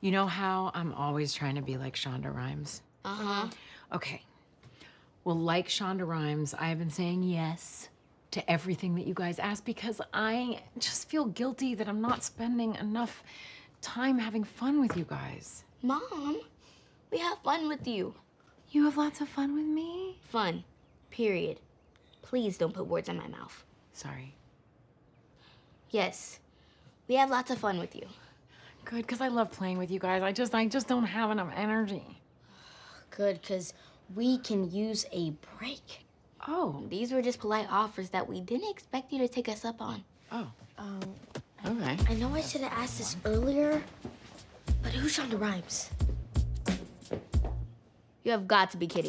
You know how I'm always trying to be like Shonda Rhimes? Uh-huh. Mm-hmm. Okay. Well, like Shonda Rhimes, I have been saying yes to everything that you guys ask because I just feel guilty that I'm not spending enough time having fun with you guys. Mom, we have fun with you. You have lots of fun with me? Fun. Period. Please don't put words in my mouth. Sorry. Yes. We have lots of fun with you. Good, because I love playing with you guys. I just I just don't have enough energy. Good, because we can use a break. Oh. These were just polite offers that we didn't expect you to take us up on. Oh. Um, Okay. I know I should have asked this earlier, but who's Shonda Rhimes? You have got to be kidding.